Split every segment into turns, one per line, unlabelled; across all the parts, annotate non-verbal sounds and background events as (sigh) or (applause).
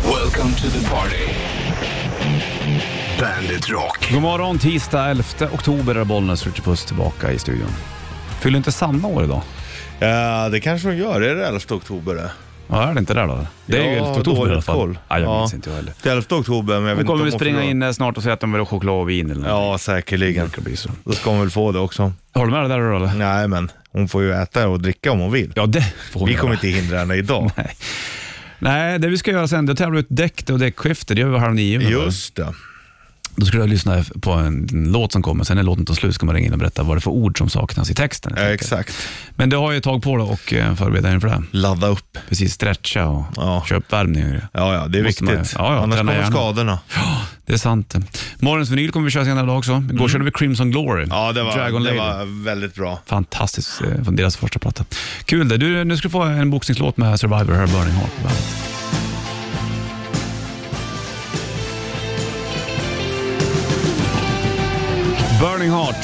Welcome to the party. Bandit Rock.
God morgon, tisdag 11 oktober är Bollnäs Ritchie Puss tillbaka i studion. Fyller inte Sanna år idag?
Ja, det kanske hon gör. Är det 11 oktober det?
Ja, är det inte det då? Det är ju
Ja,
11 oktober i alla
dåligt
fall.
koll.
Ja, jag
Ja.
minns inte jag heller.
Det är 11 oktober, men jag
Hon
vet
kommer väl
inte om hon
springa
får-
in eh, snart och säga att de vill ha choklad och vin eller något.
Ja,
Det
säkerligen.
verkar bli så.
Då ska hon väl få det Mm. också.
Har du med det där då eller?
Nej, men hon får ju äta och dricka om hon vill.
Ja, det får hon
Vi
göra.
kommer inte hindra
(laughs)
henne idag.
Nej, det vi ska göra sen, det är att tävla ut däck och däckskifte. Det gör vi halv nio. med det.
Just det.
Då ska du lyssna på en låt som kommer. Sen när låten tar slut ska man ringa in och berätta vad det är för ord som saknas i texten. helt
Ja,
enkelt.
exakt.
Men du har ju ett tag på dig och eh, förbereda dig inför det.
Ladda upp.
Precis, stretcha och
Ja.
köra uppvärmning. och grejer.
Ja, ja, det är
Måste man
viktigt.
göra. Ja, ja,
Annars
träna
kommer
hjärnan.
skadorna.
Det är sant. Morgons vinyl kommer vi köra senare idag också. Igår körde vi Crimson Glory.
Mm. Ja, det var,
Dragon
det
Lady.
var väldigt bra.
Fantastiskt eh, från deras första platta. Kul det. Du, nu ska du få en boxningslåt med Survivor, här Burning Heart. på bandet. Burning Heart,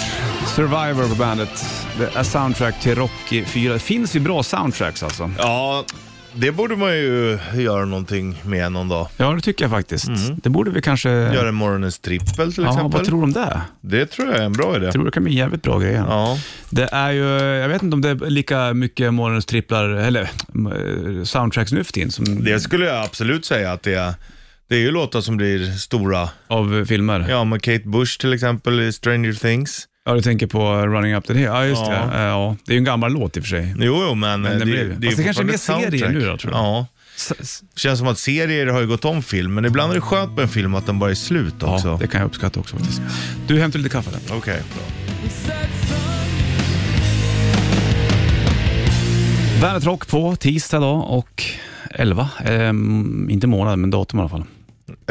Survivor på bandet. Det är soundtrack till Rocky 4. Det finns ju bra soundtracks alltså.
Ja, det borde man ju göra någonting med någon dag.
Ja, det tycker jag faktiskt.
Mm.
Det borde vi kanske... Gör
Göra en morgonens trippel till
ja,
exempel.
vad tror du om det?
Det tror jag är en bra idé.
Jag tror det kan bli en jävligt bra grej.
Ja.
Det är ju, jag vet inte om det är lika mycket morgonens tripplar, eller eh, soundtracks nu för tiden, som
Det skulle jag absolut säga att det är. Det är ju låtar som blir stora.
av filmer. Ja.
Ja, men Kate Bush till exempel i Stranger Things.
du tänker på Running Up the Hill. Ja, just
Ja.
det. Eh, Ja, det är ju en gammal låt i och för sig.
Jo, jo, men,
Men
eh,
den
det,
blev-
det,
Fast
är
det kanske är mer
fortfarande
serier nu då,
soundtrack.
tror jag.
Ja.
S- s-
Känns som att serier har ju gått om film, men ibland är det skönt med en film att den bara är slut också.
Ja, det kan jag uppskatta också faktiskt. Du, hämtar lite kaffe där.
Okej,
Bandet Rock på tisdag idag och 11, ehm, inte månad men datum i alla fall.
bra.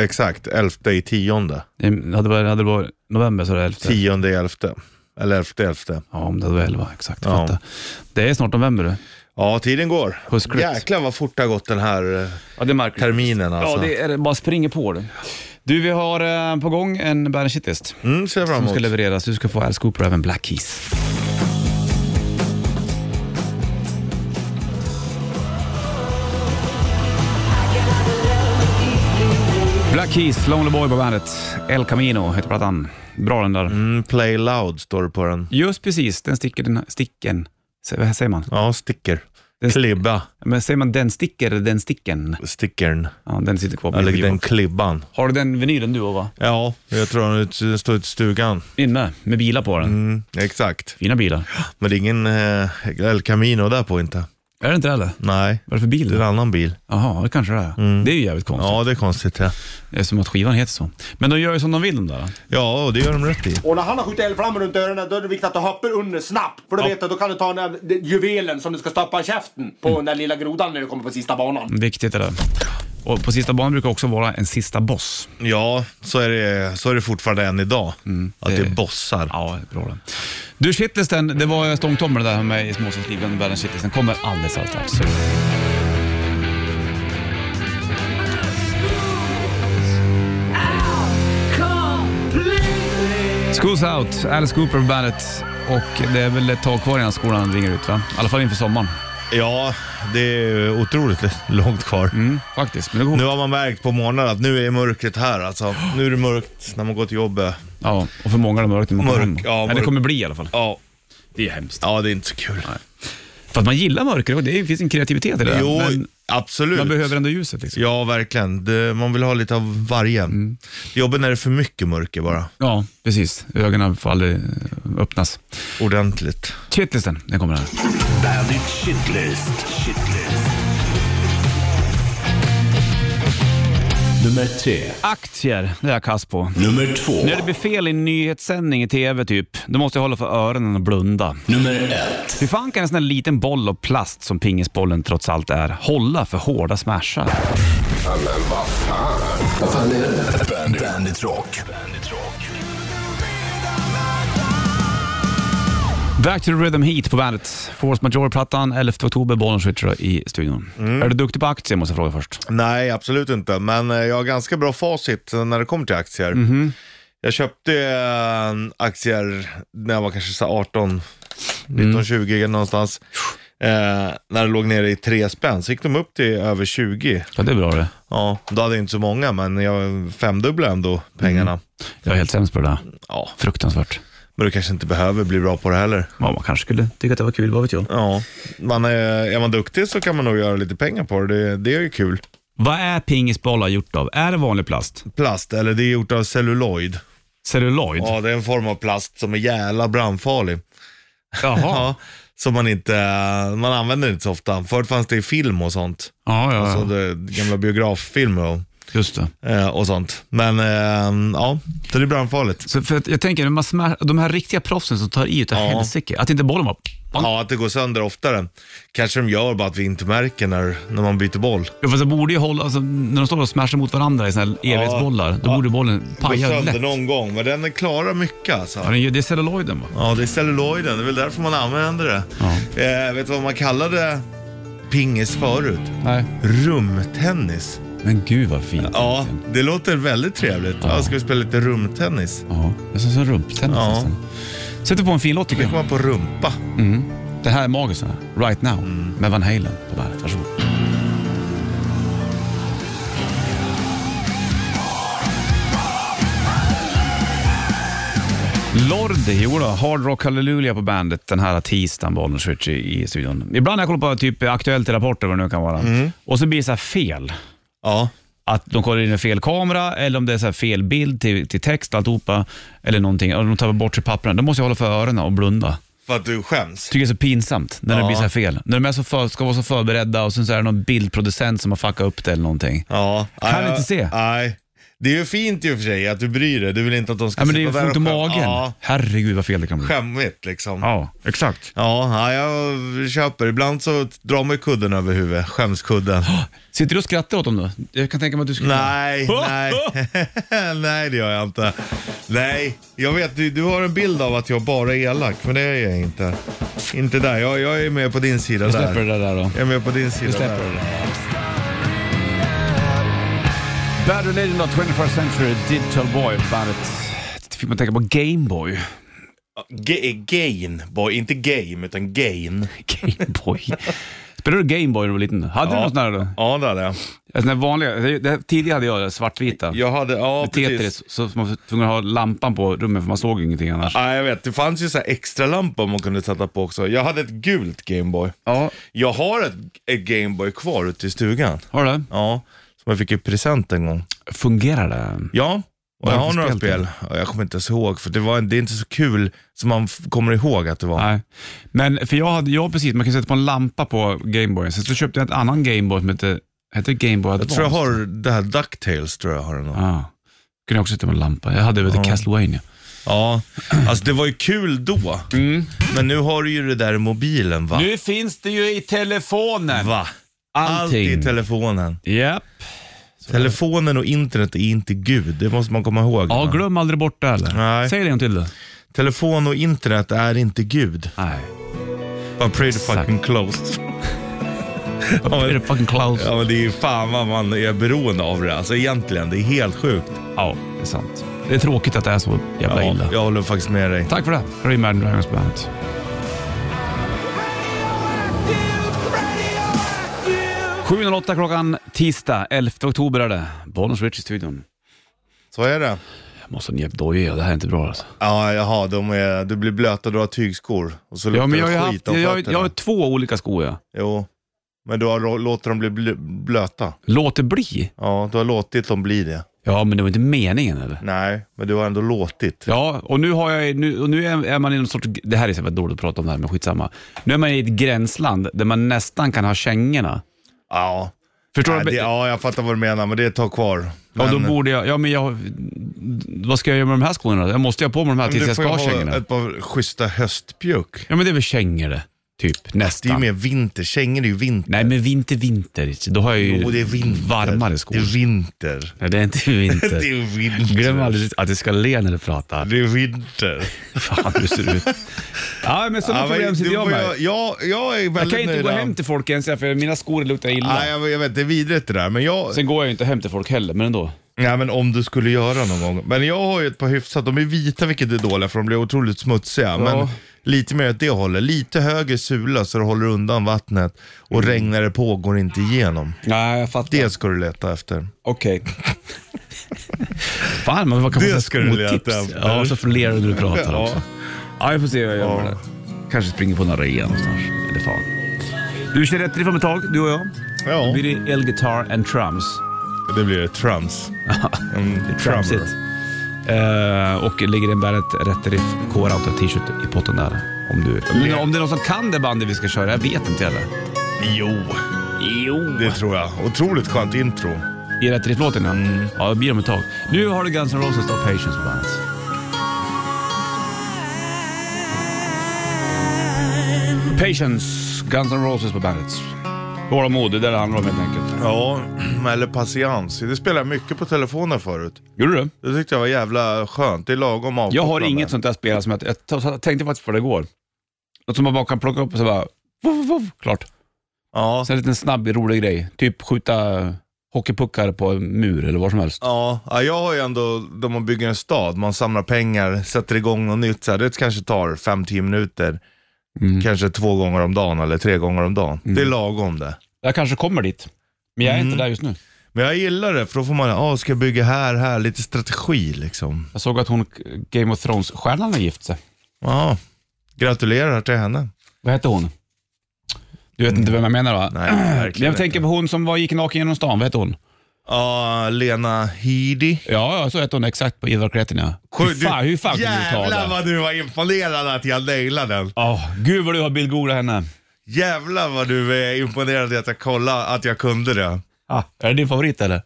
Exakt, elfte i tionde.
Ehm, Hade det varit- hade det varit november så är det 11.
Tionde i elfte. Eller elfte i elfte.
Ja, om det hade varit 11, exakt.
Ja.
Fattar. Det är snart november du.
Ja, tiden går.
Huskligt.
Jäklar vad fort det har gått den här eh,
Ja, det märker
terminen
Ja,
alltså.
det är, bara springer på det. Du, vi har eh, på gång en Bandit Shitlist
Mm, ser jag fram
som ska
emot.
levereras. Du ska få Alice Cooper och även Black Keys. Black Keys, Lonely Boy på bandet. El Camino heter plattan. Bra den där.
Mm, play loud står det på den.
Just precis, den sticker, den sticken. S- Vad säger man?
Ja, sticker.
Den st-
Klibba,
Men säger man den sticker eller den sticken?
stickern.
Ja, den sitter kvar på min
Eller
skiva.
den klibban.
Har du den vinylen du Ova?
Ja, jag tror den ut- den står ute i stugan.
In med, med bilar på den.
Mm, exakt.
Fina bilar.
Men det är ingen eh, El Camino där på inte.
Är det inte det eller?
Nej,
Vad är det för bil?
det är en annan bil.
Jaha, det kanske det är. Det är ju jävligt konstigt.
Ja, det är konstigt. Ja,
Eftersom att skivan heter så. Men de gör ju som de vill de där.
ja och det gör de rätt i.
Och när han har skjutit eldflammor runt öronen då är det viktigt att du hoppar under snabbt. För då vet du att då kan du ta den där den juvelen som du ska stoppa i käften på den där lilla grodan när du kommer på sista banan.
Viktigt är det. Och på sista banan brukar också vara en sista boss.
Ja, så är det, så är det fortfarande än idag. att det
Mm, det-
är bossar.
Ja, bra den. Du, shitlisten, det var stångtommen det där med i småstadsligan. Världens shitlisten kommer alldeles alldeles strax. Schools out, Alice Cooper på bandet. Och det är väl ett tag kvar innan skolan ringer ut va? I alla fall inför sommaren.
Ja, det är otroligt långt kvar.
Mm, faktiskt. Men det går.
Nu har man märkt på morgonen att nu är mörkret här alltså. Nu är det mörkt när man går till jobbet.
Ja, och för många är det mörkt när man kommer
Mörk,
hem.
ja,
Ja, det
mörk.
kommer bli i alla fall.
Ja,
Det är hemskt.
ja det är inte så kul.
För att man gillar mörker och det finns en kreativitet i det.
Jo,
men
absolut.
man behöver ändå ljuset liksom.
Ja, verkligen. Det, man vill ha lite av varje. Jobben är det för mycket mörker bara.
Ja, precis. Ögonen får aldrig eh, öppnas.
Ordentligt.
Shitlisten, den kommer här.
Bandit Shitlist. Shitlist. Nummer tre.
Aktier, det är jag kass på.
Nummer två.
När det blir fel i en nyhetssändning i TV typ, då måste jag hålla för öronen och blunda.
Nummer ett.
Hur fan kan en sån här liten boll av plast som pingisbollen trots allt är, hålla för hårda smashar?
Bandit, Bandit Rock. Bandit Rock.
Back to the Rhythm Heat på bandet. Force Major-plattan, 11 oktober, Bollnäs Ritcher i studion. Är du duktig på aktier måste jag fråga först.
Nej, absolut inte. Men eh, jag har ganska bra facit när det kommer till aktier. Jag köpte Mm. eh, aktier när jag var kanske så här 18, 19, 20 någonstans. eh, när det låg nere i tre spänn, så gick de upp till över 20.
Ja, det är bra det.
Ja, då hade jag inte så många, men jag femdubblade ändå pengarna.
Jag är helt sämst på det där.
Ja,
Fruktansvärt.
men du kanske inte behöver bli bra på det heller.
Ja, man kanske skulle tycka att det var kul, vad vet jag.
Ja, man är, är man duktig så kan man nog göra lite pengar på det. Det, det är ju kul.
Vad är pingisbollar gjort av? Är det vanlig plast?
Plast, eller det är gjort av celluloid.
Celluloid?
Ja, det är en form av plast som är jävla brandfarlig.
Jaha.
Ja, som man inte, man använder inte så ofta. Förut fanns det i film och sånt.
Ja, ja,
Alltså
ja.
det, gamla biograffilmer och,
just det.
eh, och sånt. Men eh, ja, så det är brandfarligt.
Så för att jag tänker, när man smär, de här riktiga proffsen som tar i utav
Ja.
helsike, att inte bollen bara...
Ja, att det går sönder oftare. Kanske de gör bara att vi inte märker när, när man byter boll.
Ja, fast det borde ju hålla, alltså, när de står och smashar mot varandra i såna här evighetsbollar, då borde bollen
Går
paja
sönder
lätt.
någon gång, men den klarar mycket alltså.
Ja, den gör- det är celluloiden va?
Ja, det är celluloiden. Det är väl därför man använder det.
Ja.
Eh, vet du vad man kallade pingis förut?
Nej.
Rumtennis.
Men gud vad fint.
Ja,
egentligen.
det låter väldigt trevligt. Ja. ska vi spela lite rumtennis?
ja. Det är som en rumptennis
Ja.
nästan. Sätter på en fin låt tycker
Nu
jag.
kommer man på rumpa.
Det här är magiskt. det här. Right now med Van Halen på bandet. Varsågod. Lordi, jodå. Hard Rock Hallelujah på bandet den här tisdagen, Bollnäs Switch i, i studion. Ibland när jag kollar på typ Aktuellt i Rapport eller vad det nu kan vara och så blir det så här fel.
Ja,
Att de kollar in en fel kamera eller om det är så här fel bild till, till text, alltihopa. Eller någonting. Och de tar bort sig pappren. Då måste jag hålla för öronen och blunda
för att du skäms.
tycker det är så pinsamt när det
Ja.
blir så här fel. När de är så för, ska vara så förberedda och sen så är det någon bildproducent som har fuckat upp det eller någonting.
Ja.
Kan
Nej,
inte se.
Nej. Det är ju fint i och för sig att du bryr dig. Du vill inte att de ska
Ja, men det är ju
sitta där
ont i
och skäm-
magen.
Ja,
Herregud vad fel det kan bli.
skämmigt liksom. Ja.
Ja, exakt.
Ja, jag köper. Ibland så drar man ju kudden över huvudet. Skämskudden.
Sitter du och skrattar åt dem då? Jag kan tänka mig att du skulle...
(laughs) Nej, nej. nej, det gör jag inte. Nej, jag vet du, du har en bild av att jag bara är elak, men det är jag inte. Inte där, jag, jag är med på din sida
Jag
där.
släpper det där då.
Jag är med på din
Vi
sida
släpper det
där.
där. Bad Religion of 21st Century Digital Boy bandet. Det fick man tänka på Gameboy.
Ga- gain, boy. Inte game, utan gain.
Gameboy. Spelade du Gameboy när du var liten? Hade du någon sån här eh, då?
Ja, där är jag.
Alltså, den vanliga, det, det, tidigare hade jag det, svartvita.
Jag hade, ja precis.
Tetris, så man var tvungen att ha lampan på rummet för man såg ingenting annars.
Ja, jag vet, det fanns ju så här extra lampor man kunde sätta på också. Jag hade ett gult Gameboy.
Ja.
Jag har ett, ett Gameboy kvar ute i stugan.
Har du det?
Ja, som jag fick i present en gång.
Fungerar det?
Ja, och
Vad
jag
är det
har
för
några
spel
spel. Ja, Jag kommer inte ens ihåg, för det, var, en- det är inte så kul som man f- kommer ihåg att det var.
Nej. Men för jag hade, jag precis, man kan sätta på en lampa på Gameboyen. Sen så köpte jag en annan Gameboy som hette, hette Gameboy
Jag
Advance.
tror jag har det här Ducktails, tror jag har den.
Ja. Kunde jag också sätta på en lampa. Jag hade ja. Castlevania.
Ja, alltså det var ju kul då. Men nu har du ju det där i mobilen va?
Mm. Nu finns det ju i telefonen.
Va? Allt
Allting.
i telefonen.
Japp.
Telefonen och internet är inte Gud, det måste man komma ihåg.
Ja,
va?
glöm aldrig bort det eller?
Nej.
Säg det en gång till då.
Telefon och internet är inte Gud.
Nej.
Man pray to
Exakt.
fucking
(laughs)
close. ja,
Är det
men,
fucking Klaus?
ja, men det är ju fan vad man är beroende av det. Alltså egentligen, det är helt sjukt.
Ja, det är sant. Det är tråkigt att det är så jävla
Ja,
illa.
jag håller faktiskt med dig.
Tack för det. Här är Imagine Dragons på bandet. Sju och åtta klockan tisdag 11 oktober är det. Bollnäs Rich i studion.
Så är det.
Jag måste ha en dojor, det här är inte bra alltså.
Ja, jaha, de är, du blir blöt och du har tygskor. Och så luktar
Ja, men jag har
det
ju haft,
skit om
jag, jag,
fötterna.
jag har två olika skor jag.
Jo, men du har lo- låtit dem bli bl- blöta.
Låt det bli.
Ja, du har låtit dem bli det.
Ja, men det var inte meningen eller?
Nej, men du har ändå låtit.
Ja, och nu, har jag, nu, och nu är är man i någon sorts... Det här är så jävla dåligt att prata om det här, men skitsamma. Nu är man i ett gränsland där man nästan kan ha kängorna.
Ja,
Förstår
Nej,
du?
det, ja jag fattar vad du menar, men det är ett tag kvar.
Ja,
Men-
då borde jag... Ja, men jag... Vad ska jag göra med de här skorna då? Jag måste ju ha på mig de här
men
tills
du
jag
får
ska ha
ju
kängorna.
ha ett par schyssta höstpjuck.
Ja, men det är väl kängor det. Typ,
Det är ju
nästan.
mer vinter, kängor är ju vinter.
Nej, men vinter, vinter. Då har jag ju
Jo, det är vinter.
varmare skor.
Det är vinter.
Nej, det är inte
(laughs) Det
vinter.
är vinter.
Glöm aldrig att du ska le när du pratar.
Det är vinter.
Fan, hur ser
(laughs)
du ut? Ja, men sådana
Ja, men
problem sitter
du
jag
får
med.
ju- Ja, jag är väldigt
Jag kan ju inte
nöjd.
gå hem till folk ens för mina skor luktar illa.
Nej, jag, jag vet, det är vidrigt det där. Men jag,
Sen går jag ju inte hem till folk heller, men ändå.
nej, men om du skulle göra någon gång. Men jag har ju ett par hyfsat, de är vita vilket är dåliga för de blir otroligt smutsiga. Men Lite mer åt det hållet. Lite högre sula så det håller undan vattnet och
Mm.
regnar det på går inte igenom.
Nej, jag fattar.
Det ska du leta efter.
Okej. (laughs) Fan, man kan
Det
få
ska du
små
leta
tips.
efter.
Ja, och så funderar du när du pratar
Ja.
också. Ja, vi får se hur jag gör med
Ja.
det. Kanske springer på några rea någonstans. Eller fan. Du kör rätt riff om ett tag, du och jag.
Ja,
Då blir det elgitarr and trums.
det blir ett trams. Mm, En
Trumset.
trummer.
Eh, och ligger en bandet Rätt Riff K-Rauta t-shirt i potten där. Om, du, Men om det är någon som kan det bandet vi ska köra, jag vet inte heller.
Jo,
Jo.
det tror jag. Otroligt skönt intro.
I Rätt Riff-låten ja. Ja, det blir om ett tag. Nu har du Guns N' Roses då, Patience på bandet. Patience, Guns N' Roses på bandet. Tålamod, det är det det handlar om helt enkelt.
Ja, Mm, eller patiens. Det spelade jag mycket på telefonen förut.
Gjorde du det?
Det tyckte jag var jävla skönt. Det är lagom
Jag har
avkopplande.
inget sånt där spel som jag, jag t- jag tänkte faktiskt på det igår. Något som man bara kan plocka upp och så bara, voff, voff, voff, klart.
Ja,
Sen en liten snabb, rolig grej. Typ skjuta hockeypuckar på en mur eller vad som helst.
ja, ja, jag har ju ändå, när man bygger en stad, man samlar pengar, sätter igång något nytt. Så här, det kanske tar 5-10 minuter.
Mm.
Kanske två gånger om dagen eller tre gånger om dagen. Det är lagom det.
Jag kanske kommer dit, men jag är inte där just nu.
Men jag gillar det, för då får man, ja, ska jag bygga här, här, lite strategi liksom.
Jag såg att hon, Game of Thrones-stjärnan har gift sig.
Ja, gratulerar till henne.
Vad hette hon? Du vet inte vem jag menar va?
Nej, (clears throat) verkligen
jag tänker på hon som var, gick naken genom stan, vad hette hon?
Ja, Lena Headey.
Ja, ja, så hette hon exakt på i verkligheten ja. hur
Du-
fan, hur fan kunde du ta
Jävlar
det?
vad du var imponerad att jag nailade den.
Ja, gud vad du har bildgooglat henne.
Jävlar vad du är imponerad i att jag kollade att jag kunde det.
Ah, är det din favorit eller?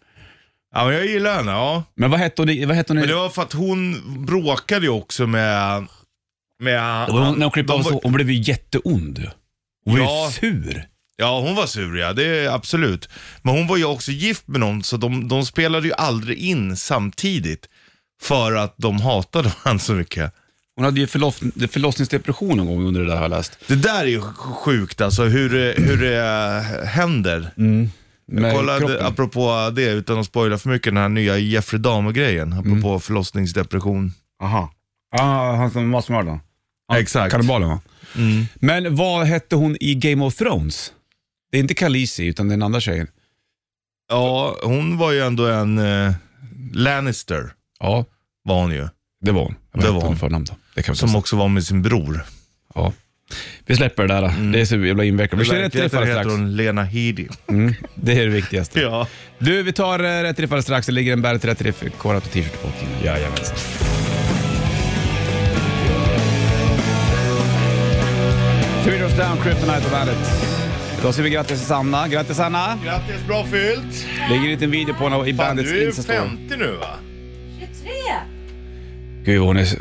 Ja, men jag gillar henne, ja.
Men vad hette hon, i- vad hette hon i-
Men det var för att hon bråkade ju också med... med
Det var hon, när hon klippte
de
av
var-
så, hon blev ju jätteond. Hon blev
Ja.
ju sur.
Ja, hon var sur ja, det är absolut. Men hon var ju också gift med någon, så de, de spelade ju aldrig in samtidigt. För att de hatade (laughs) varandra så mycket.
Hon hade ju förloss, förlossningsdepression någon gång under det där har jag läst.
Det där är ju sjukt alltså, hur, det- hur det händer.
Med
Kolla,
Eh, kroppen.
apropå det, utan att spoila för mycket, den här nya Jeffrey Dahmer-grejen. Apropå förlossningsdepression.
Aha. Ah, han som massmördaren.
Exakt. Mm.
Kannibalen va? Men vad hette hon i Game of Thrones? Det är inte Khaleesi utan den andra tjejen.
Ja, hon var ju ändå en eh, Lannister,
Ja,
var hon ju.
det var hon. Vad
Det
hette
var
hon. i
hon.
Förnamn då? Det kan vi
Som
säga.
också var med sin bror.
Ja. Vi släpper det där. då. Det är så jävla invecklat. Vi kör rätt riff
Mm. Verkligheten
alldeles
heter
strax.
hon Lena Headey. (laughs)
Mm, det är det viktigaste.
Ja.
Du, vi tar eh, rätt riff alldeles strax. Det ligger en Bandet Rätt Riff korat och t-shirt på timmen. Jajamensan. Three Doors Down, Kryptonite och Bandet. Idag säger vi grattis till Sanna. Grattis Sanna!
Grattis, bra fyllt!
Lägger en liten video på henne i
Fan,
bandets
du är ju
Instastory.
50 nu va?
23!
Gud vad hon är...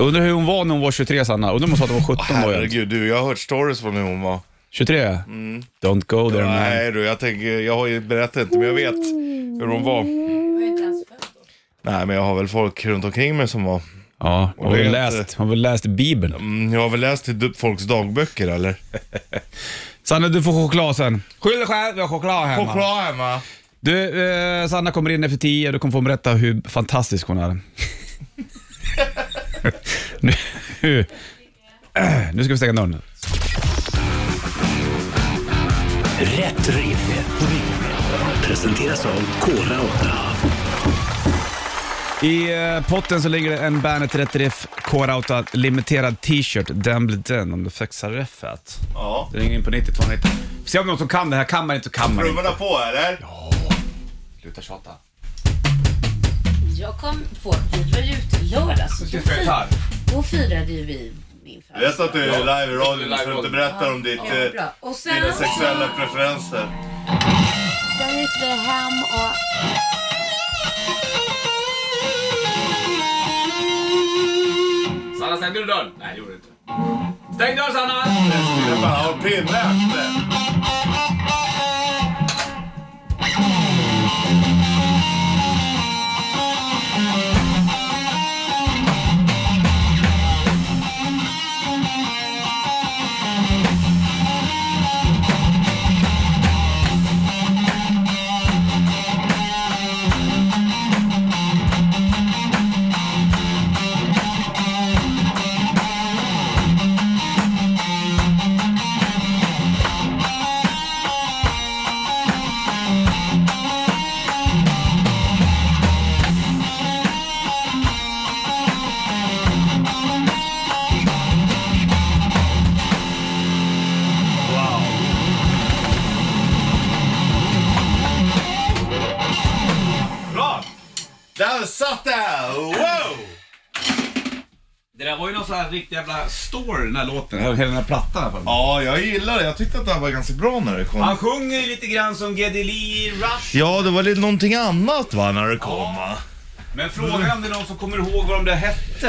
Undrar hur hon var när hon var 23 Sanna. Undrar om hon sa att hon var 17 då igen.
Herregud, du, jag har hört stories om hur hon var.
23? Don't go there man.
Nej du, jag tänker, jag har ju berättat inte, men jag vet hur hon var.
Du var ju inte ens född då.
Nej, men jag har väl folk runt omkring mig som var...
Ja, hon har
vet-
väl läst, hon har väl läst Bibeln.
Mm, jag har väl läst i du- folks dagböcker eller?
Sanna du får choklad sen. Skyll dig själv, vi har choklad hemma.
Choklad hemma.
Du, eh, Sanna kommer in efter 10 och du kommer få berätta hur fantastisk hon
(laughs)
är. nu, nu ska vi stänga dörren.
Rätt riff. Presenteras av Kora 8.
I eh, potten så ligger det en Bandet Rätt Riff K-Rauta limiterad t-shirt. Den blir den om du fixar reffet.
Ja.
Det ringer in på 90 290. Får Se om någon som kan det här. Kan man inte så kan man inte.
Trummorna på eller?
Sluta tjata.
Jag kom på, vi var ju ute i lördags och då,
spela gitarr.
fir- då firade ju vi min
Jag vet att
födelsedag.
du är live i radion, du får
Live
inte
i
berätta om ditt,
Ja,
eh,
bra. Och sen
dina
så
sexuella preferenser.
sen gick vi hem och...
Sanna, stängde du dörren? Nej, det gjorde du inte. Stäng dörren, Sanna!
Jag bara, Håll pinne efter.
Sen
Bra! Där satt det! Wow!
Det där var ju någon sån här riktig jävla story den här låten. Hela den här plattan i alla fall.
Ja, jag gillar det. Jag tyckte att det här var ganska bra när det kom.
Han sjunger ju lite grann som Geddy Lee i Rush.
Ja, det var lite någonting annat va, när det kom va?
Men frågan är om det är någon som kommer ihåg vad de där hette.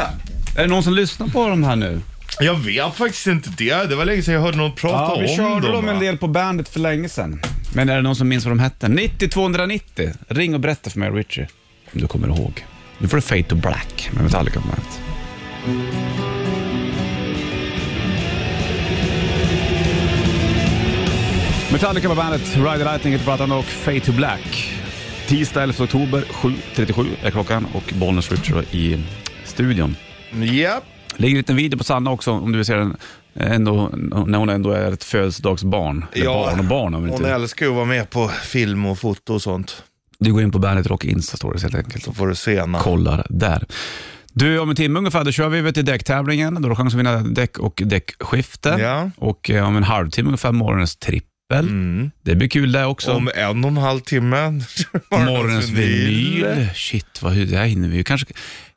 Är det någon som lyssnar på de här nu?
Jag vet faktiskt inte det. Det var länge sedan jag hörde någon prata
Ja, vi
om
körde
dem.
dem en
va?
del på bandet för länge sedan. Men är det någon som minns vad de hette? 90 290. Ring och berätta för mig och Richie om du kommer ihåg. Nu får du Fate to Black med Metallica på bandet. Metallica på bandet, Ride the Lightning heter plattan och Fate to Black. Tisdag 11 oktober 7.37 är klockan och Bollnäs Richard i studion.
Japp.
Ligger en liten video på Sanna också om du vill se den. Ändå, när hon ändå är ett födelsedagsbarn. Eller barn och barn om
hon
inte.
älskar ju att vara med på film och foto och sånt.
Du går in på Bandet Rock Insta Stories helt enkelt
Så
och
får du se när.
kollar där. Du, om en timme ungefär då kör vi över till däcktävlingen. Då har du chans att vinna däck och däckskifte.
Ja. Mm.
Och eh, om en halvtimme ungefär morgonens trippel. Det blir kul det också.
Om en och en halv timme.
Morgonens vinyl. Shit, vad, hur- det här hinner vi ju. Kanske,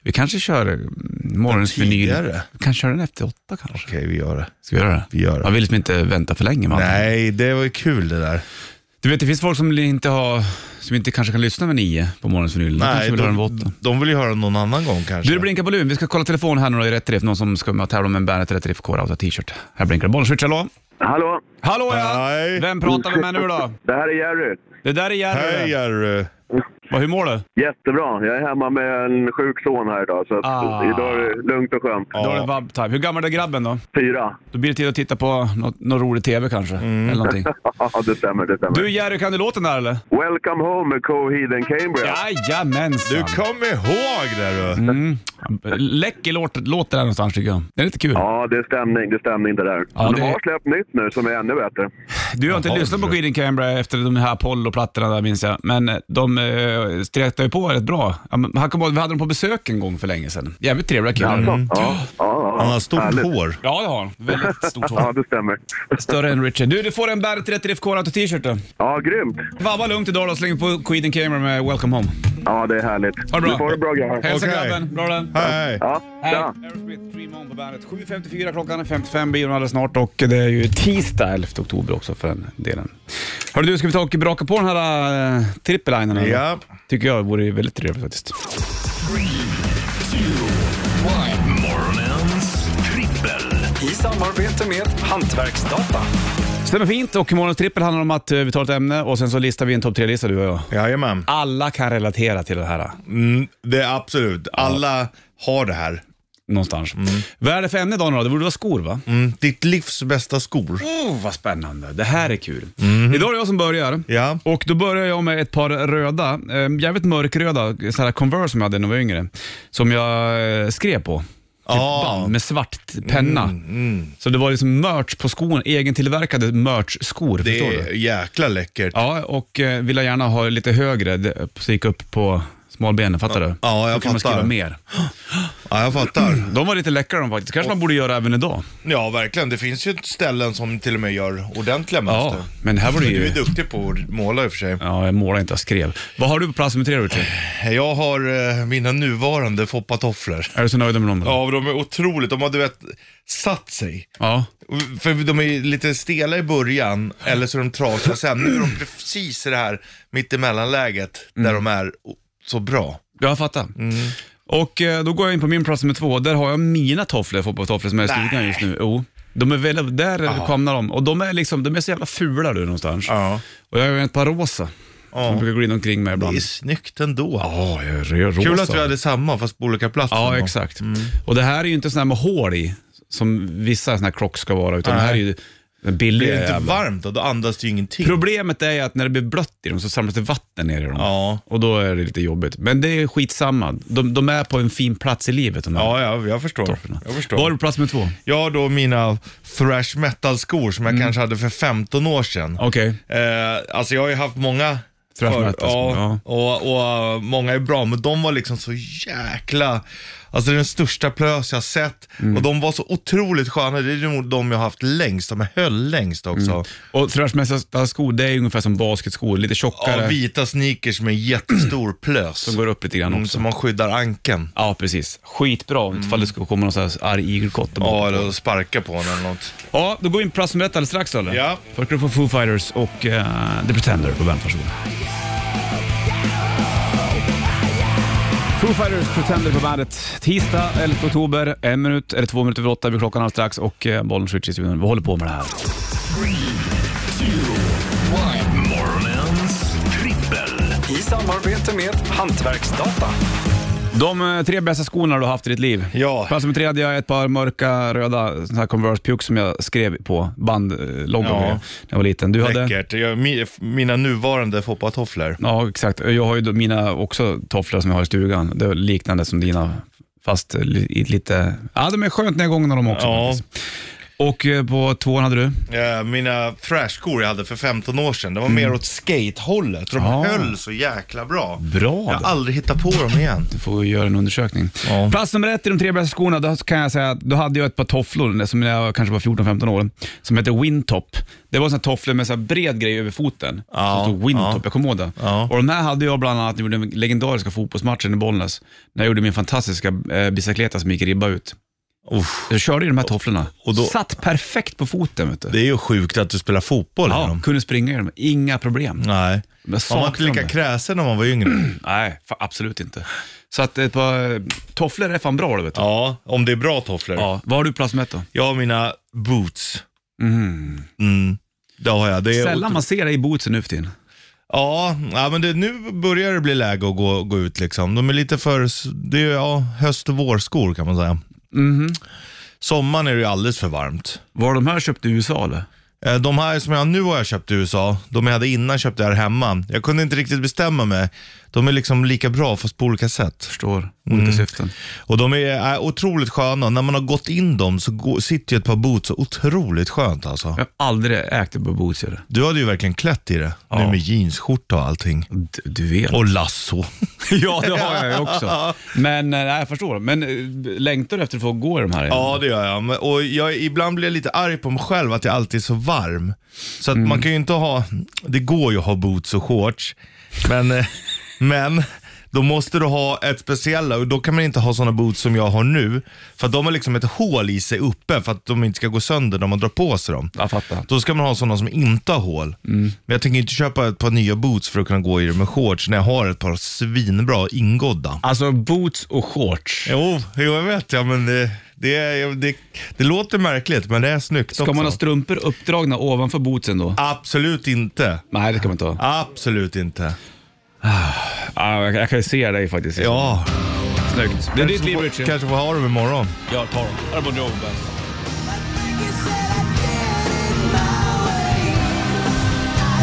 vi kanske kör eh, morgonens vinyl.
tidigare.
Vi kan köra den efter åtta kanske.
Okej, vi gör det.
Ska vi göra det?
Vi gör det.
Man vill liksom inte vänta för länge. Man.
Nej, det var ju kul det där.
Du vet, det finns folk som inte, har, som inte kanske kan lyssna med nio på morgonens vinyl. De kanske
Nej,
vill höra den vid åtta.
de, de vill ju höra någon annan gång kanske.
Du, det blinkar på luren. Vi ska kolla telefon här nu då i rätt riff. Någon som ska med och tävla om en Bandet Rätt Riff Core t-shirt. Här blinkar det. Bollenswitch, hallå?
Hallå,
Hallå ja!
Hej.
Vem pratar vi med nu då?
det här är Jerry.
Det där är Jerry.
Hej Jerry.
Vad, Hur mår du?
Jättebra. Jag är hemma med en sjuk son här idag, så att
Ah.
idag är det lugnt och skönt.
Då är det vab-time. Hur gammal är grabben då?
Fyra.
Då blir det tid att titta på något, någon rolig TV kanske.
Mm.
Eller någonting.
Ja, det stämmer, det stämmer.
Du Jerry, kan du låten där eller?
Welcome home, Coheed and Cambria.
Jajamensan!
Du kom ihåg det du.
Läcker låt, låt det där någonstans tycker jag. Det är lite kul.
Ja, det är stämning, det är stämning det där.
Ja,
Men De
det-
har släppt nytt nu som är ännu bättre.
Du har inte
Jaha,
lyssnat på
du.
Queen in Canberra efter de här Apollo-plattorna där minns jag, men eh, de eh, stretar ju på rätt bra. Ja, men Han kom, vi hade dem på besök en gång för länge sedan. Jävligt trevliga killar. Mm.
Ja, ja, ja,
Han har stort
Härligt.
hår.
Ja, det har han. Väldigt stort
(laughs) Ja,
hår.
det stämmer.
Större än Richard. Du, du får en Bandet 30 FK Rato t-shirt då.
Ja, grymt.
Vabba lugnt idag då, släng på Queen in Canberra med Welcome Home.
Ja, det är härligt.
Ha det bra.
Du får det bra, grabbar.
Hälsa
Okej.
grabben. Bra den.
Hej.
Ja,
Hej.
tja.
Aerosmith, Dream On på bandet. 7.54 klockan, 55 bion alldeles snart och det är ju tisdag 11 oktober också för den delen. Hörru du, ska vi ta och braka på den här äh, trippellinern? eller?
Ja.
Tycker jag vore väldigt trevligt faktiskt.
Morgonens trippel.
I samarbete med Hantverksdata.
Stämmer fint och morgonens trippel handlar om att eh, vi tar ett ämne och sen så listar vi en topp tre-lista du och jag.
Jajamän.
Alla kan relatera till det här eh,
Mm, det är absolut. Alla har det här.
någonstans. Vad är det för ämne idag då? Det borde vara skor va?
Mm, ditt livs bästa skor.
Oh, vad spännande. Det här är kul. Idag är det jag som börjar.
Ja.
Och då börjar jag med ett par röda, eh, jävligt mörkröda, sådana här Converse som jag hade när jag var yngre. Som jag eh, skrev på. Typ
Ja. Mm,
band med svart penna. Så det var liksom merch på skon, egentillverkade merch-skor. Förstår
Det är
du?
jäkla läckert.
Ja, och eh, ville gärna ha lite högre, det- så gick upp på smalbenen, fattar du?
Ja, jag
Då kan man skriva
fattar.
mer.
Ja, jag fattar.
De var lite läckra de faktiskt. kanske man borde göra även idag.
Ja, verkligen. Det finns ju ställen som till och med gör ordentliga mönster.
Ja, men här var det
Men Du
ju...
är duktig på att måla i och för sig.
Ja, jag målade inte, jag skrev. Vad har du på plats nummer tre, Richard?
Jag har eh, mina nuvarande foppatofflor.
Är du så nöjd med dem? då?
Ja, de är otroligt. De har du vet, satt sig.
ja.
För de är lite stela i början, eller så är de trasiga sen. Nu är de precis i det här mittemellanläget där
Mm.
de är o- så bra.
Jag fattar.
Mm.
Och eh, då går jag in på min plats nummer två. Där har jag mina tofflor, fotbollstofflor, som är i stugan just nu. Jo. De är väl, där kommer de. Och de är liksom, de är så jävla fula du någonstans.
Ja.
Och jag har ju ett par rosa. Som brukar glida omkring mig
Det
ibland.
är snyggt ändå.
Ja, jag är rosa.
Kul att vi hade Mm. samma fast på olika platser.
Ja, exakt. Och det här är ju inte sådana här med hål i, som vissa sådana här krocks ska vara, utan det här är ju
Blir
billiga
det inte
jävla.
varmt då? Då andas det ju ingenting.
Problemet är ju att när det blir blött i dem så samlas det vatten ner i dem.
Ja.
Och då är det lite jobbigt. Men det är skitsamma. De, de är på en fin plats i livet. De här.
Ja, ja, jag förstår.
Tofflorna.
Jag
Var du
förstår.
på plats med två?
Jag har då mina thrash metal-skor som jag
Mm.
kanske hade för 15 år sedan.
Okej.
Eh, alltså jag har ju haft många
Thrash
för-
metal-skor,
ja,
ja.
och, och eh, många är bra, men de var liksom så jäkla... Alltså det är den största plös jag sett.
Mm.
Och de var så otroligt sköna. Det är nog de jag har haft längst. De höll längst också.
Och träningsmässiga skor, det är ungefär som basketskor, lite tjockare.
Ja, vita sneakers med jättestor
(clears throat)
plös.
Som går upp lite grann
Mm,
också.
så man skyddar anken.
Ja, precis. Skitbra mm. ifall det skulle komma någon sån här arg igelkott.
Ja,
Ja.
eller sparka på den eller något.
ja, då går vi in på plats nummer ett alldeles strax då, eller?
Ja.
Först ska du få Foo Fighters och eh, The Pretender på bandet. Varsågod. Foo Fighters Pretender på bandet. Tisdag 11 oktober, en minut eller två minuter över åtta blir klockan alldeles strax och eh, bollen switch i studion. Vi håller på med det här.
Morgonens trippel.
I samarbete med Hantverksdata.
De eh, tre bästa skorna du har haft i ditt liv.
Ja.
Plats nummer tredje är ett par mörka röda såna här Converse Pukes som jag skrev på eh, bandloggan
Ja.
med när jag var liten. Du hade...
Läckert. Jag, mi, mina nuvarande foppatofflor.
Ja, exakt. Jag har ju då mina också tofflor som jag har i stugan. Det är liknande som dina, fast li- lite... Ja, de är skönt nedgångna de också.
Ja.
faktiskt. Och eh, på tvåan hade du?
Eh, Mina thrashskor jag hade för 15 år sedan, de var mer åt skatehållet. De
Ah.
höll så jäkla bra.
Bra
Jag
då.
har aldrig hittat på dem igen.
Du får göra en undersökning.
Ja.
Plats nummer ett i de tre bästa skorna, då kan jag säga att då hade jag ett par tofflor som när jag kanske var 14-15 år, som hette Wintop. Det var såna tofflor med så här bred grej över foten,
Ja,
som stod Wintop,
ja.
jag kommer ihåg det.
Ja.
Och de här hade jag bland annat i den legendariska fotbollsmatchen i Bollnäs, när jag gjorde min fantastiska eh, bicicleta som gick ribba ut.
Uff.
Jag körde i de här tofflorna,
Och då-
satt perfekt på foten. Vet du.
Det är ju sjukt att du spelar fotboll i
Ja,
dem.
kunde springa i dem, inga problem.
Nej.
Men
Var Mm. man
saknar
inte lika
dem.
kräsen när man var yngre?
Nej, fa- absolut inte. Så att ett par eh, tofflor är fan bra, det vet du.
(clears throat) ja, om det är bra tofflor.
Ja. Vad har du plats med ett då?
Jag har mina boots. Mm, det har jag. Det är
Sällan man ser dig i bootsen nu för tiden.
Ja, ja men det, nu börjar det bli läge att gå, gå ut liksom. De är lite för, det är ja, höst och vårskor kan man säga. Mhm. Sommaren är det ju alldeles för varmt.
Var de här köpte i USA eller?
Eh, De här som jag nu har jag köpt i USA, de jag hade innan köpte jag här hemma. Jag kunde inte riktigt bestämma mig. De är liksom lika bra fast på olika sätt.
Förstår. Olika
Mm.
syften.
Och de är är otroligt sköna. När man har gått in dem så går, sitter ju ett par boots så otroligt skönt alltså.
Jag har aldrig ägt ett par boots. eller?
Du hade ju verkligen klätt i det. Nu med jeansskjorta och allting.
Du, du vet.
Och (laughs) lasso.
ja, det har jag ju också. (laughs) Men eh, nej, jag förstår. Men eh, längtar du efter att få gå i de här?
Ja, det gör jag. Men- Och jag, ibland blir jag lite arg på mig själv att jag alltid är så varm. Så att man kan ju inte ha, det går ju att ha boots och shorts, men, eh, men då måste du ha ett speciella och då kan man inte ha sådana boots som jag har nu. För att de har liksom ett hål i sig uppe för att de inte ska gå sönder när man drar på sig dem.
Jag fattar.
Då ska man ha sådana som inte har hål. Men jag tänker inte köpa ett par nya boots för att kunna gå i dem med shorts när jag har ett par svinbra ingodda.
Alltså boots och shorts.
Jo, jo, jag vet ja, men det, det, är- det, det låter märkligt men det är snyggt
Ska
också.
man ha strumpor uppdragna ovanför bootsen då?
Absolut inte.
Nej, det ska man inte ha.
Absolut inte.
Ah, jag, jag kan ju se dig faktiskt.
Ja,
Snyggt. Det är ditt liv,
får,
Richie.
kanske får ha dem imorgon.
Jag tar dem. Här är Bon Jovi Band.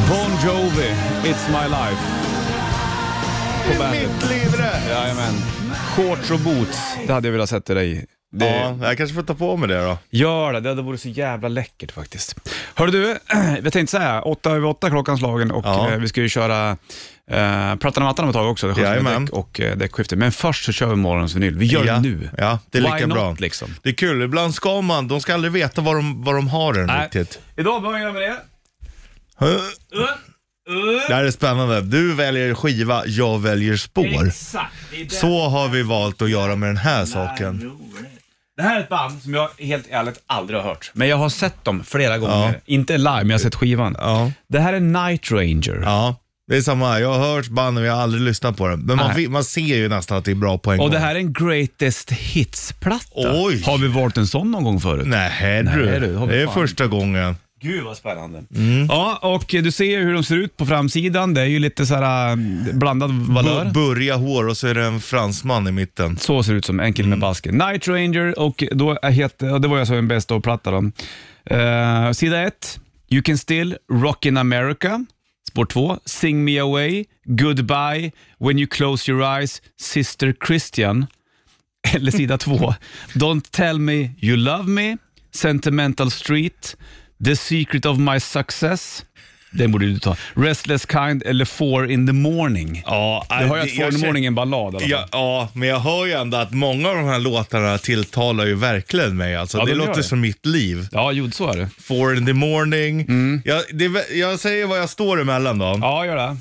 Bon Jovi, It's My Life. På bandet.
liv det.
Jajamän. Shorts och boots, det hade jag velat sätta dig i. Det,
Ja, jag kanske får ta på mig det då.
Gör det, det hade varit så jävla läckert faktiskt. Hörru du, (clears throat) jag tänkte så här, åtta över åtta klockan slagen och
Ja.
eh, vi ska ju köra eh, Plattan och mattan om ett tag också. Det är skjuts med
Jajamän.
däck och eh, däckskifte. Men först så kör vi morgonens vinyl. Vi gör
ja.
det nu.
Ja, det är
Why
lika
not,
bra.
liksom?
Det är kul, ibland ska man, de ska aldrig veta vad de, vad de har den
Nej.
riktigt.
Idag börjar vi med det.
Det här är spännande. Du väljer skiva, jag väljer spår.
Exakt. Det är det.
Så har vi valt att göra med den här saken.
Det här är ett band som jag helt ärligt aldrig har hört. Men jag har sett dem flera gånger. Inte live, men jag har sett skivan.
Ja.
Det här är Night Ranger.
Ja, det är samma. här. Jag har hört band och jag har aldrig lyssnat på dem. Men man,
Nej.
fi- man ser ju nästan att det är bra på en gång.
Och det här är en greatest hits-platta.
Oj.
Har vi valt en sån någon gång förut?
Nej
Nej, du,
du,
det har vi
det är
fan.
första gången.
Gud vad spännande.
Mm.
Ja, och du ser ju hur de ser ut på framsidan. Det är ju lite så här eh, blandad valör.
Bu- Börja hår och så är det en fransman i mitten.
så ser det ut som en kille
Mm.
med basken. Night Ranger och då är het, och det var jag som en bästa och platta då. Eh, sida 1, You Can Still, Rock in America. Spår 2, Sing Me Away, Goodbye, When You Close Your Eyes, Sister Christian. (laughs) Eller sida 2, Don't Tell Me You Love Me, Sentimental Street, The Secret of My Success, Den borde du ta. Restless Kind eller Four in the Morning.
Ja,
Du har ju
det-
att Four
jag
in the
känner-
Morning är en ballad i alla
Ja,
fall.
ja, men jag hör ju ändå att många av de här låtarna tilltalar ju verkligen mig. Alltså.
Ja,
det
de gör
låter
det.
som mitt liv.
Ja, jo, så är det.
Four in the morning. Jag, det, är vä- jag säger vad jag står emellan då.
Mm. Ja, gör det.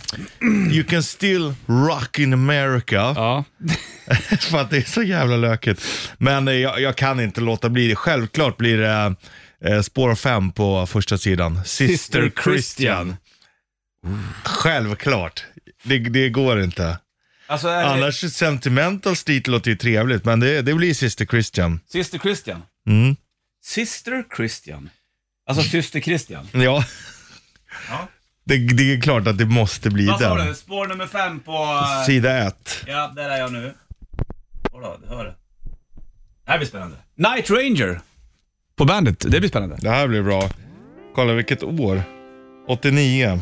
You can still rock in America.
Ja.
(laughs) För att det är så jävla lökigt. Men eh, jag, jag kan inte låta bli det. Självklart blir det eh, spår 5 på första sidan. Sister,
Sister Christian.
Christian. Självklart. Det, det går inte.
Alltså, är
Annars Sentimental Street låter ju trevligt, men det, det blir Sister Christian.
Sister Christian?
Mm.
Sister Christian? Alltså syster Christian?
Ja. Det, det är klart att det måste bli
Vad sa
den.
du? Spår nummer fem på... eh,
Sida 1.
Ja, där är jag nu. Kolla, du hör det. Det här blir spännande. Night Ranger! På bandet, det blir spännande.
Det här blir bra. Kolla vilket år. 89.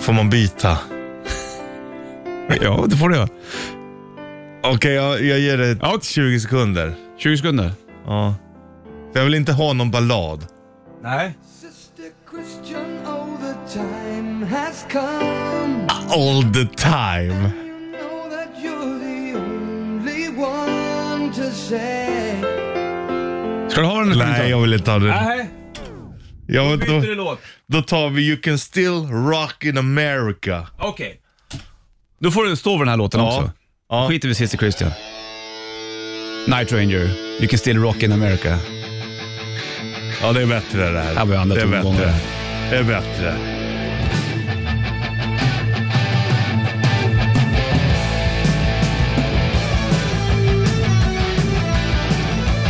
Får man byta?
Ja, det får du göra.
Okej, jag, jag ger det
Ja.
20 sekunder.
20 sekunder.
Ja. Jag vill inte ha någon ballad.
Nej.
All the time.
Ska du ha den?
Nej, jag vill inte ha det.
Nej,
Jag vill,
byter du
då,
låt.
då tar vi You can still rock in America.
Okej. Då får du stå över den här låten
Ja.
också.
Ja.
Skiter vi Sister Christian. Night Ranger, You can still rock in America.
Ja, det är bättre det här.
Ja, vi har andra
det är
tongångar.
bättre. Det är bättre.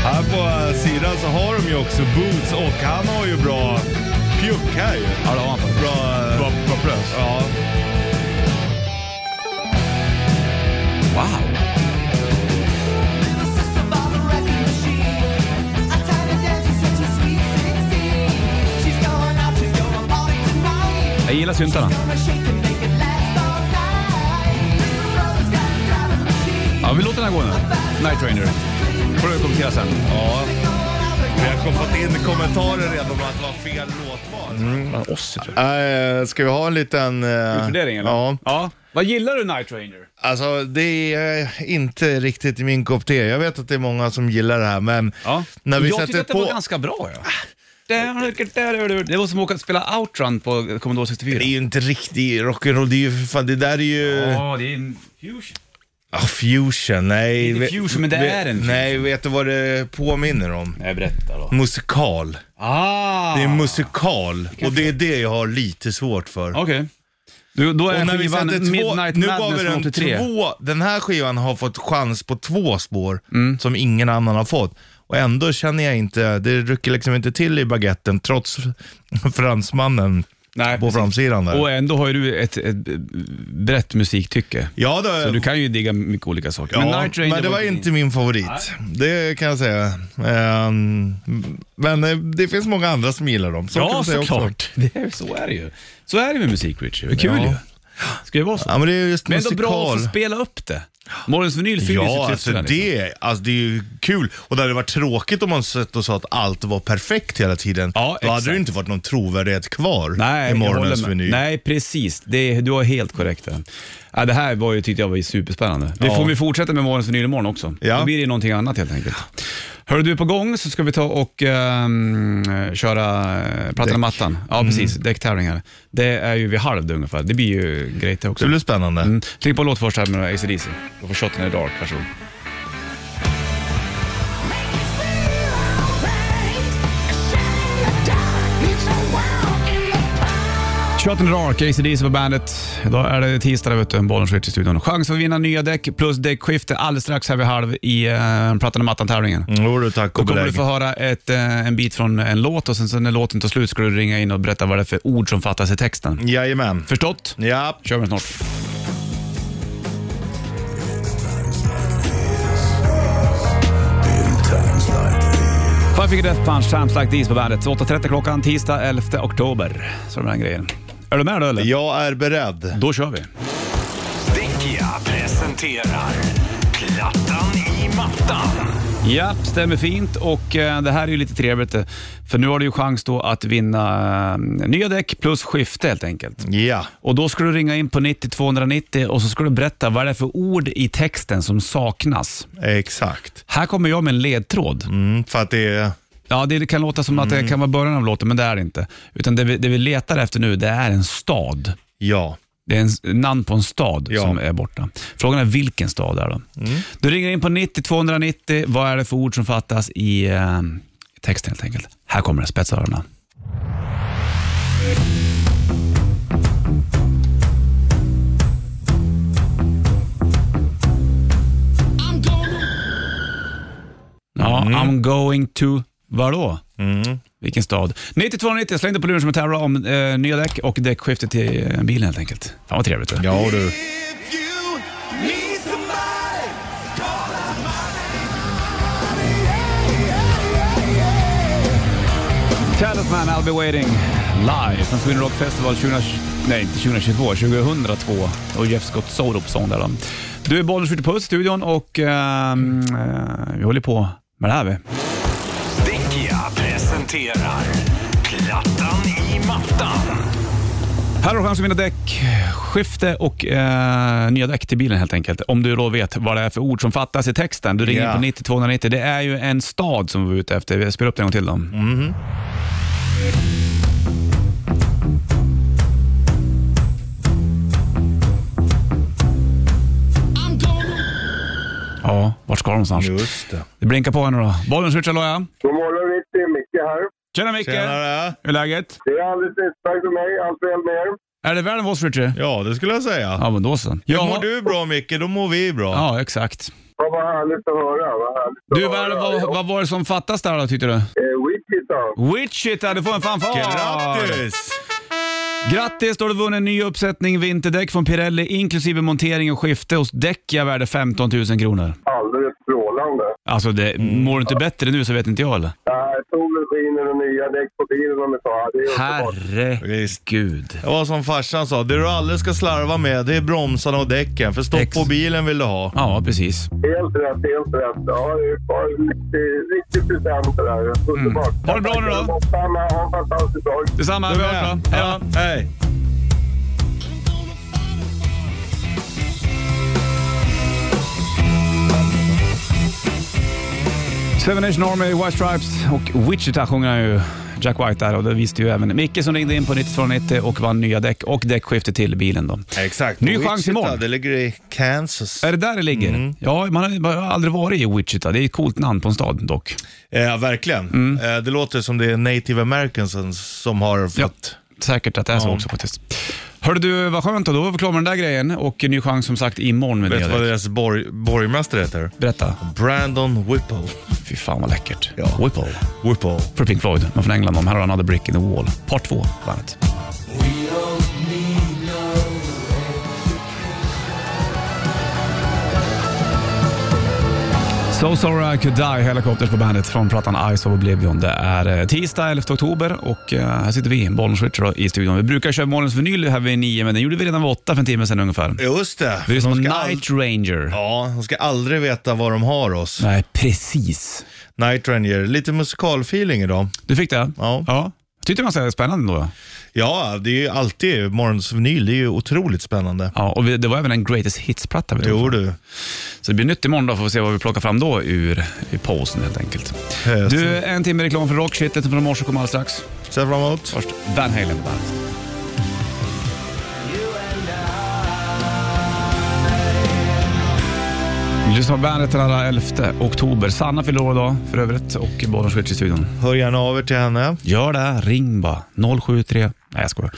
Här på eh, sidan så har de ju också boots och han har ju bra pjuck här ju.
Ja, det har han faktiskt.
Bra, eh,
Bra- bra press.
Ja.
Wow! Jag gillar syntarna. Ja, vi låter den här gå nu. Night Ranger. får du kommentera sen.
ja. Vi har fått in kommentarer redan om att det var fel låtval.
Oss, tror
Äh, ska vi ha en liten... Uh,
Utvärdering eller?
Ja.
ja. Vad gillar du Night Ranger?
Alltså det är inte riktigt i min kopp te. Jag vet att det är många som gillar det här men
Ja.
när vi
jag
sätter
tyckte att det
på...
var ganska bra. Ja. Det var som att åka och spela outrun på Commodore 64.
Det är ju inte riktig rock'n'roll, det är ju för fan, det där är ju...
Ja, det är en fusion.
Ah, fusion, nej.
Det är
Ve-
fusion, men det
ve-
är en fusion.
Nej, vet du vad det påminner om?
Nej, berätta då.
Musikal.
Ah!
Det är musikal och det är det jag har lite svårt för.
Okej. Du, Då är
Och när vi
skivan
satte två,
Midnight
nu gav
Madness
vi
från
den
83.
två, den här skivan har fått chans på två spår
Mm.
som ingen annan har fått. Och ändå känner jag inte, det rycker liksom inte till i baguetten trots (laughs) fransmannen
Nej,
på
precis.
framsidan där.
Och ändå har ju du ett, ett brett musiktycke.
ja, det,
Så du kan ju digga mycket olika saker.
ja,
men Night Ranger
det var inte min favorit. Det kan jag säga. Ehm, men eh, det finns många andra som gillar dem. Så kan
Ja,
jag säga också.
såklart. Det är, så är det ju. Så är det med musik, Richie. Det är kul
Ja.
ju. Ska det vara så?
Ja, men det är just
Men ändå
musikal.
bra att få spela upp det. Morgons vinyl fyller
Ja,
sitt syfte.
alltså
där, liksom.
det, alltså det är ju kul. Och det hade varit tråkigt om man sett och sa att allt var perfekt hela tiden.
Ja,
Då
exakt.
hade det ju inte varit någon trovärdighet kvar
Nej,
i
jag håller
morgonens
med.
meny.
Nej, precis. Det, du har helt korrekt där. Ja, det här var ju, tyckte jag var ju superspännande. Vi
Ja.
får vi fortsätta med morgons vinyl imorgon också.
Ja.
Då blir det ju någonting annat helt enkelt. Hör du är på gång så ska vi ta och ehm, köra eh, plattan i mattan. Ja, precis.
Mm.
Däcktävling här. Det är ju vid halv då ungefär. Det blir ju grejt det också.
Det blir spännande.
Mm. Kling på låt först här med ACDC. Du får Shot in the Dark, varsågod. Shot in the Dark, ACDC på bandet. Idag är det tisdag, där, vet du. Bollen skjuts i studion. Chans att vinna nya däck plus däckskifte alldeles strax här vid halv i eh, Plattan och mattan-tävlingen.
Jo Mm, du, tack
Då
och
kommer
belägg.
du få höra ett, eh, en bit från en låt och sen så när låten tar slut ska du ringa in och berätta vad det är för ord som fattas i texten.
Jajamän.
Förstått?
Ja.
kör vi den snart. Five Finger Death Punch, Times Like These på bandet. 8.30 klockan tisdag 11 oktober. Så är det den grejen. Är du med då eller?
Jag är beredd.
Då kör vi.
Däckia presenterar Plattan i mattan.
Ja, stämmer fint och eh, det här är ju lite trevligt eh, för nu har du ju chans då att vinna eh, nya däck plus skifte helt enkelt.
Ja.
Och då ska du ringa in på 90 290 och så ska du berätta vad det är för ord i texten som saknas.
Exakt.
Här kommer jag med en ledtråd.
Mm, för att det är...
Ja, det kan låta som att det kan vara början av låten, men det är det inte. Utan det vi, det vi letar efter nu, det är en stad.
Ja.
Det är en s- namn på en stad
Ja.
som är borta. Frågan är vilken stad det är då. Du ringer in på 90 290. Vad är det för ord som fattas i eh, texten helt enkelt? Här kommer det, spetsa öronen. Ja, I'm going to vadå? Vilken stad? 9290, släng dig på luren som en tävlar om eh, nya däck och däckskifte till eh, bilen helt enkelt. Fan vad trevligt. det.
Ja du.
Talisman, I'll be waiting. Live från Sweden Rock Festival 20, nej, inte 2022, 2002. Och Jeff Scott Sorup-sång där då. Du är Bollnäs skjuter puss i studion och ehm, eh, vi håller på med det här vi.
Dickia presenterar Plattan i mattan.
Här har du chans att vinna däck, skifte och eh, nya däck till bilen helt enkelt. Om du då vet vad det är för ord som fattas i texten. Du ringer
Ja.
på 90 290. Det är ju en stad som vi var ute efter. Vi spelar upp det en gång till då. Ja, vart ska de någonstans?
Just det.
Det blinkar på här nu då. Bollen switchar Loja.
God morgon, det är Micke här.
Tjena Micke!
Tjenare.
Hur är läget?
Det är alldeles utmärkt för mig. Allt väl med er?
Är det värre än oss Richie?
Ja, det skulle jag säga.
Ja, men då så.
Ja.
Ja,
Mår du bra Micke, då mår vi bra.
Ja, exakt.
Ja, vad härligt att höra. Vad härligt att
Du, vad, är det-
höra.
vad, vad var det som fattas där då tyckte du?
Eh, Wichita.
Wichita, du får en fanfar!
Grattis!
Grattis, då har du vunnit en ny uppsättning vinterdäck från Pirelli inklusive montering och skifte hos Däckia värde 15 000 kronor.
Alldeles strålande.
Alltså, det,
Mm.
mår du inte bättre nu så vet inte jag eller?
Nej, solen skiner och nya däck på bilen som vi sa. Det är underbart.
Herregud.
Det var som farsan sa, det du aldrig ska slarva med det är bromsarna och däcken. För stopp
Ex-
på bilen vill du ha.
Ja, precis.
Helt rätt, helt rätt. Ja, det var en riktig, riktig present det där. Underbart.
Mm. Ha det bra nu då.
Samma, ha en fantastisk dag.
Detsamma, vi hörs då. Hej då.
Ja, Hej!
Seven Nation Army, White Stripes och Wichita sjunger han ju. Jack White där och det visste ju även Micke som ringde in på 9290 och vann nya däck och däckskifte till bilen då.
Exakt.
Ny
Och
chans
Wichita,
imorgon.
Det ligger i Kansas.
Är det där det ligger?
Mm.
Ja, man har, man har aldrig varit i Wichita. Det är ett coolt namn på en stad dock.
Ja, verkligen.
Mm.
Eh, det låter som det är native americans som har fått...
Säkert att det är så också faktiskt. Hörde du, vad skönt då. Då var vi klara med den där grejen och ny chans som sagt imorgon med
Vet
nya
du vad
däck.
deras borg, borgmästare heter?
Berätta.
Brandon Whipple.
Fy fan vad läckert.
Ja.
Whipple.
Whipple.
För Pink Floyd, men från England. De här har Another Brick in the Wall. Part 2 på bandet. So sorry I could die, Helicopters på bandet från plattan Ice of Oblivion. Det är eh, tisdag 11 oktober och eh, här sitter vi, Bollnäs Switcher, i studion. Vi brukar köra morgonens vinyl här vid nio, men den gjorde vi redan vid åtta för en timme sedan ungefär.
Just det.
Vi är som
De ska
Night Ranger.
Ja, de ska aldrig veta vad de har oss.
Nej, precis.
Night Ranger, lite musikalfeeling idag.
Du fick det?
Ja.
ja. Jag tyckte det var så här spännande då.
Ja, det är ju alltid morgons vinyl. Det är ju otroligt spännande.
Ja, och vi, det var även en Greatest Hits-platta vi tog.
Jo du.
Så det blir nytt imorgon då, får vi se vad vi plockar fram då ur, ur pausen helt enkelt.
Hös.
Du, en timme reklam för rockshittet från i morse kommer alldeles strax.
Eh, Ser fram emot.
Först Van Halen på bandet. Du lyssnar på bandet den allra 11 oktober. Sanna fyller år idag för övrigt och Bonniers Switch i studion.
Hör gärna av er till henne.
Gör det, ring bara. 073... Nej, jag
(laughs)
skojar.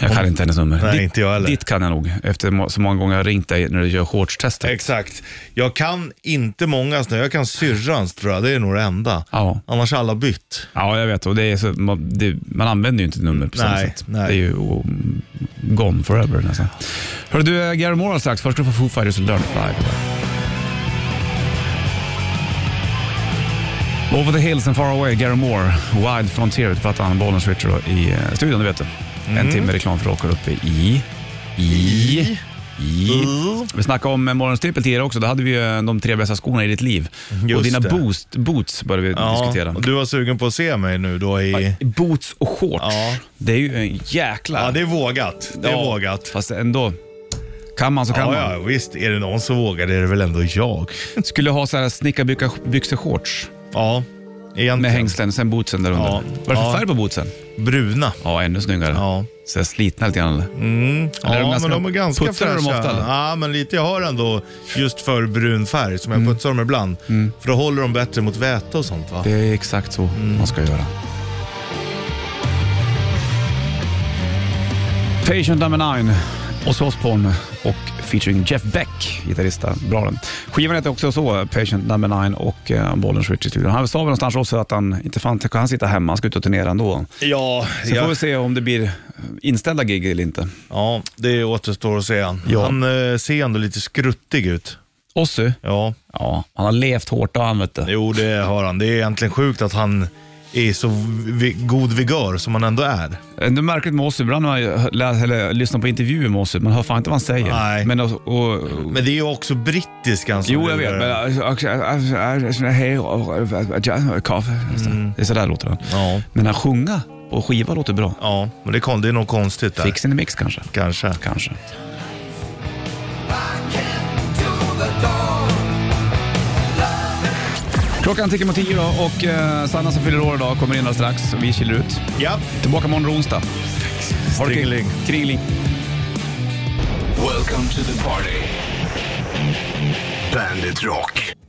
jag kan inte hennes nummer.
Nej,
ditt,
inte jag heller.
Ditt kan jag nog, efter må- så många gånger jag har ringt dig när du gör shortstestet.
Exakt. Jag kan inte många snö. Jag kan syrrans tror jag. Det är nog det enda.
Ja.
Annars har alla bytt.
Ja, jag vet. Och det är så, man, det, man använder ju inte nummer på samma
Nej,
sätt.
nej.
Det är ju oh, gone forever nästan. Hör du, eh, Gary Moore strax. Först ska du få Foo Fighters och Learn to Fly. Over the Hills and Far Away, Gary Moore, Wide Frontier, plattan Bollnäs
Mm.
Richard i eh, studion, du vet det. En timme reklam för rockar uppe i... I...
Mm.
Vi snackade om eh, morgonstrippel tidigare också. Då hade vi ju eh, de tre bästa skorna i ditt liv. och
Just
dina
det.
boost, boots började vi diskutera.
och du var sugen på att se mig nu då i...
Boots och shorts.
Ja.
Det är ju en jäkla...
Ja, det är vågat. Det är vågat.
Fast ändå. Kan man så kan
Ja,
man.
ja, visst. Är det någon som vågar det är det väl ändå jag.
Skulle ha så här snickarbyxor-shorts
Ja, egentligen.
med hängslen, sen bootsen där under.
Ja.
Vad är det för
Ja.
färg på bootsen?
Bruna.
Ja, ännu snyggare.
Ja.
Så jag slitna lite grann. Eller är de
Ja,
ganska-
men de är ganska
putsar de
fräscha.
ofta, eller?
ja, men lite. Jag har ändå just för brun färg som
Mm.
jag putsar dem ibland. För då håller de bättre mot väte och sånt va?
Det är exakt så man ska göra. Patient number nine, Ozzy Osbourne och featuring Jeff Beck, gitarrista. Bra den. Skivan heter också så, Patient number nine och eh, Bollens Rich i studion. Han sa väl någonstans också att han inte fan kan han sitta hemma, han ska ut och turnera ändå.
Ja,
Sen får
ja,
vi se om det blir inställda gig eller inte.
ja, det återstår att se.
Ja.
Han eh, ser ändå lite skruttig ut.
Ozzy?
Ja,
Ja, han har levt hårt då han vet du.
jo det har han. Det är egentligen sjukt att han är i så vi- god vigör som han ändå är.
Det är märkligt med Ozzy, ibland när man lä- eller lyssnar på intervjuer med Ozzy, man hör fan inte vad han säger.
Nej.
Men, och, och,
Men det är ju också brittisk han som eh,
Jo, jag
lurar.
vet. Men alltså, också, alltså, alltså, hej och- och- och- och- och kaffe. Det är sådär låter han.
Mm. Ja.
Men att sjunga och skiva låter bra.
Ja, men det är, kon- det är nog konstigt där.
Fix in the mix kanske.
Kanske.
Kanske. Klockan tickar mot tio då och eh, Sanna som fyller år idag kommer in alldeles strax. Vi kilar ut.
Ja.
Tillbaka imorgon onsdag. Ha det kul.
Kringling.
Kringling.
Welcome to the party. Bandit Rock.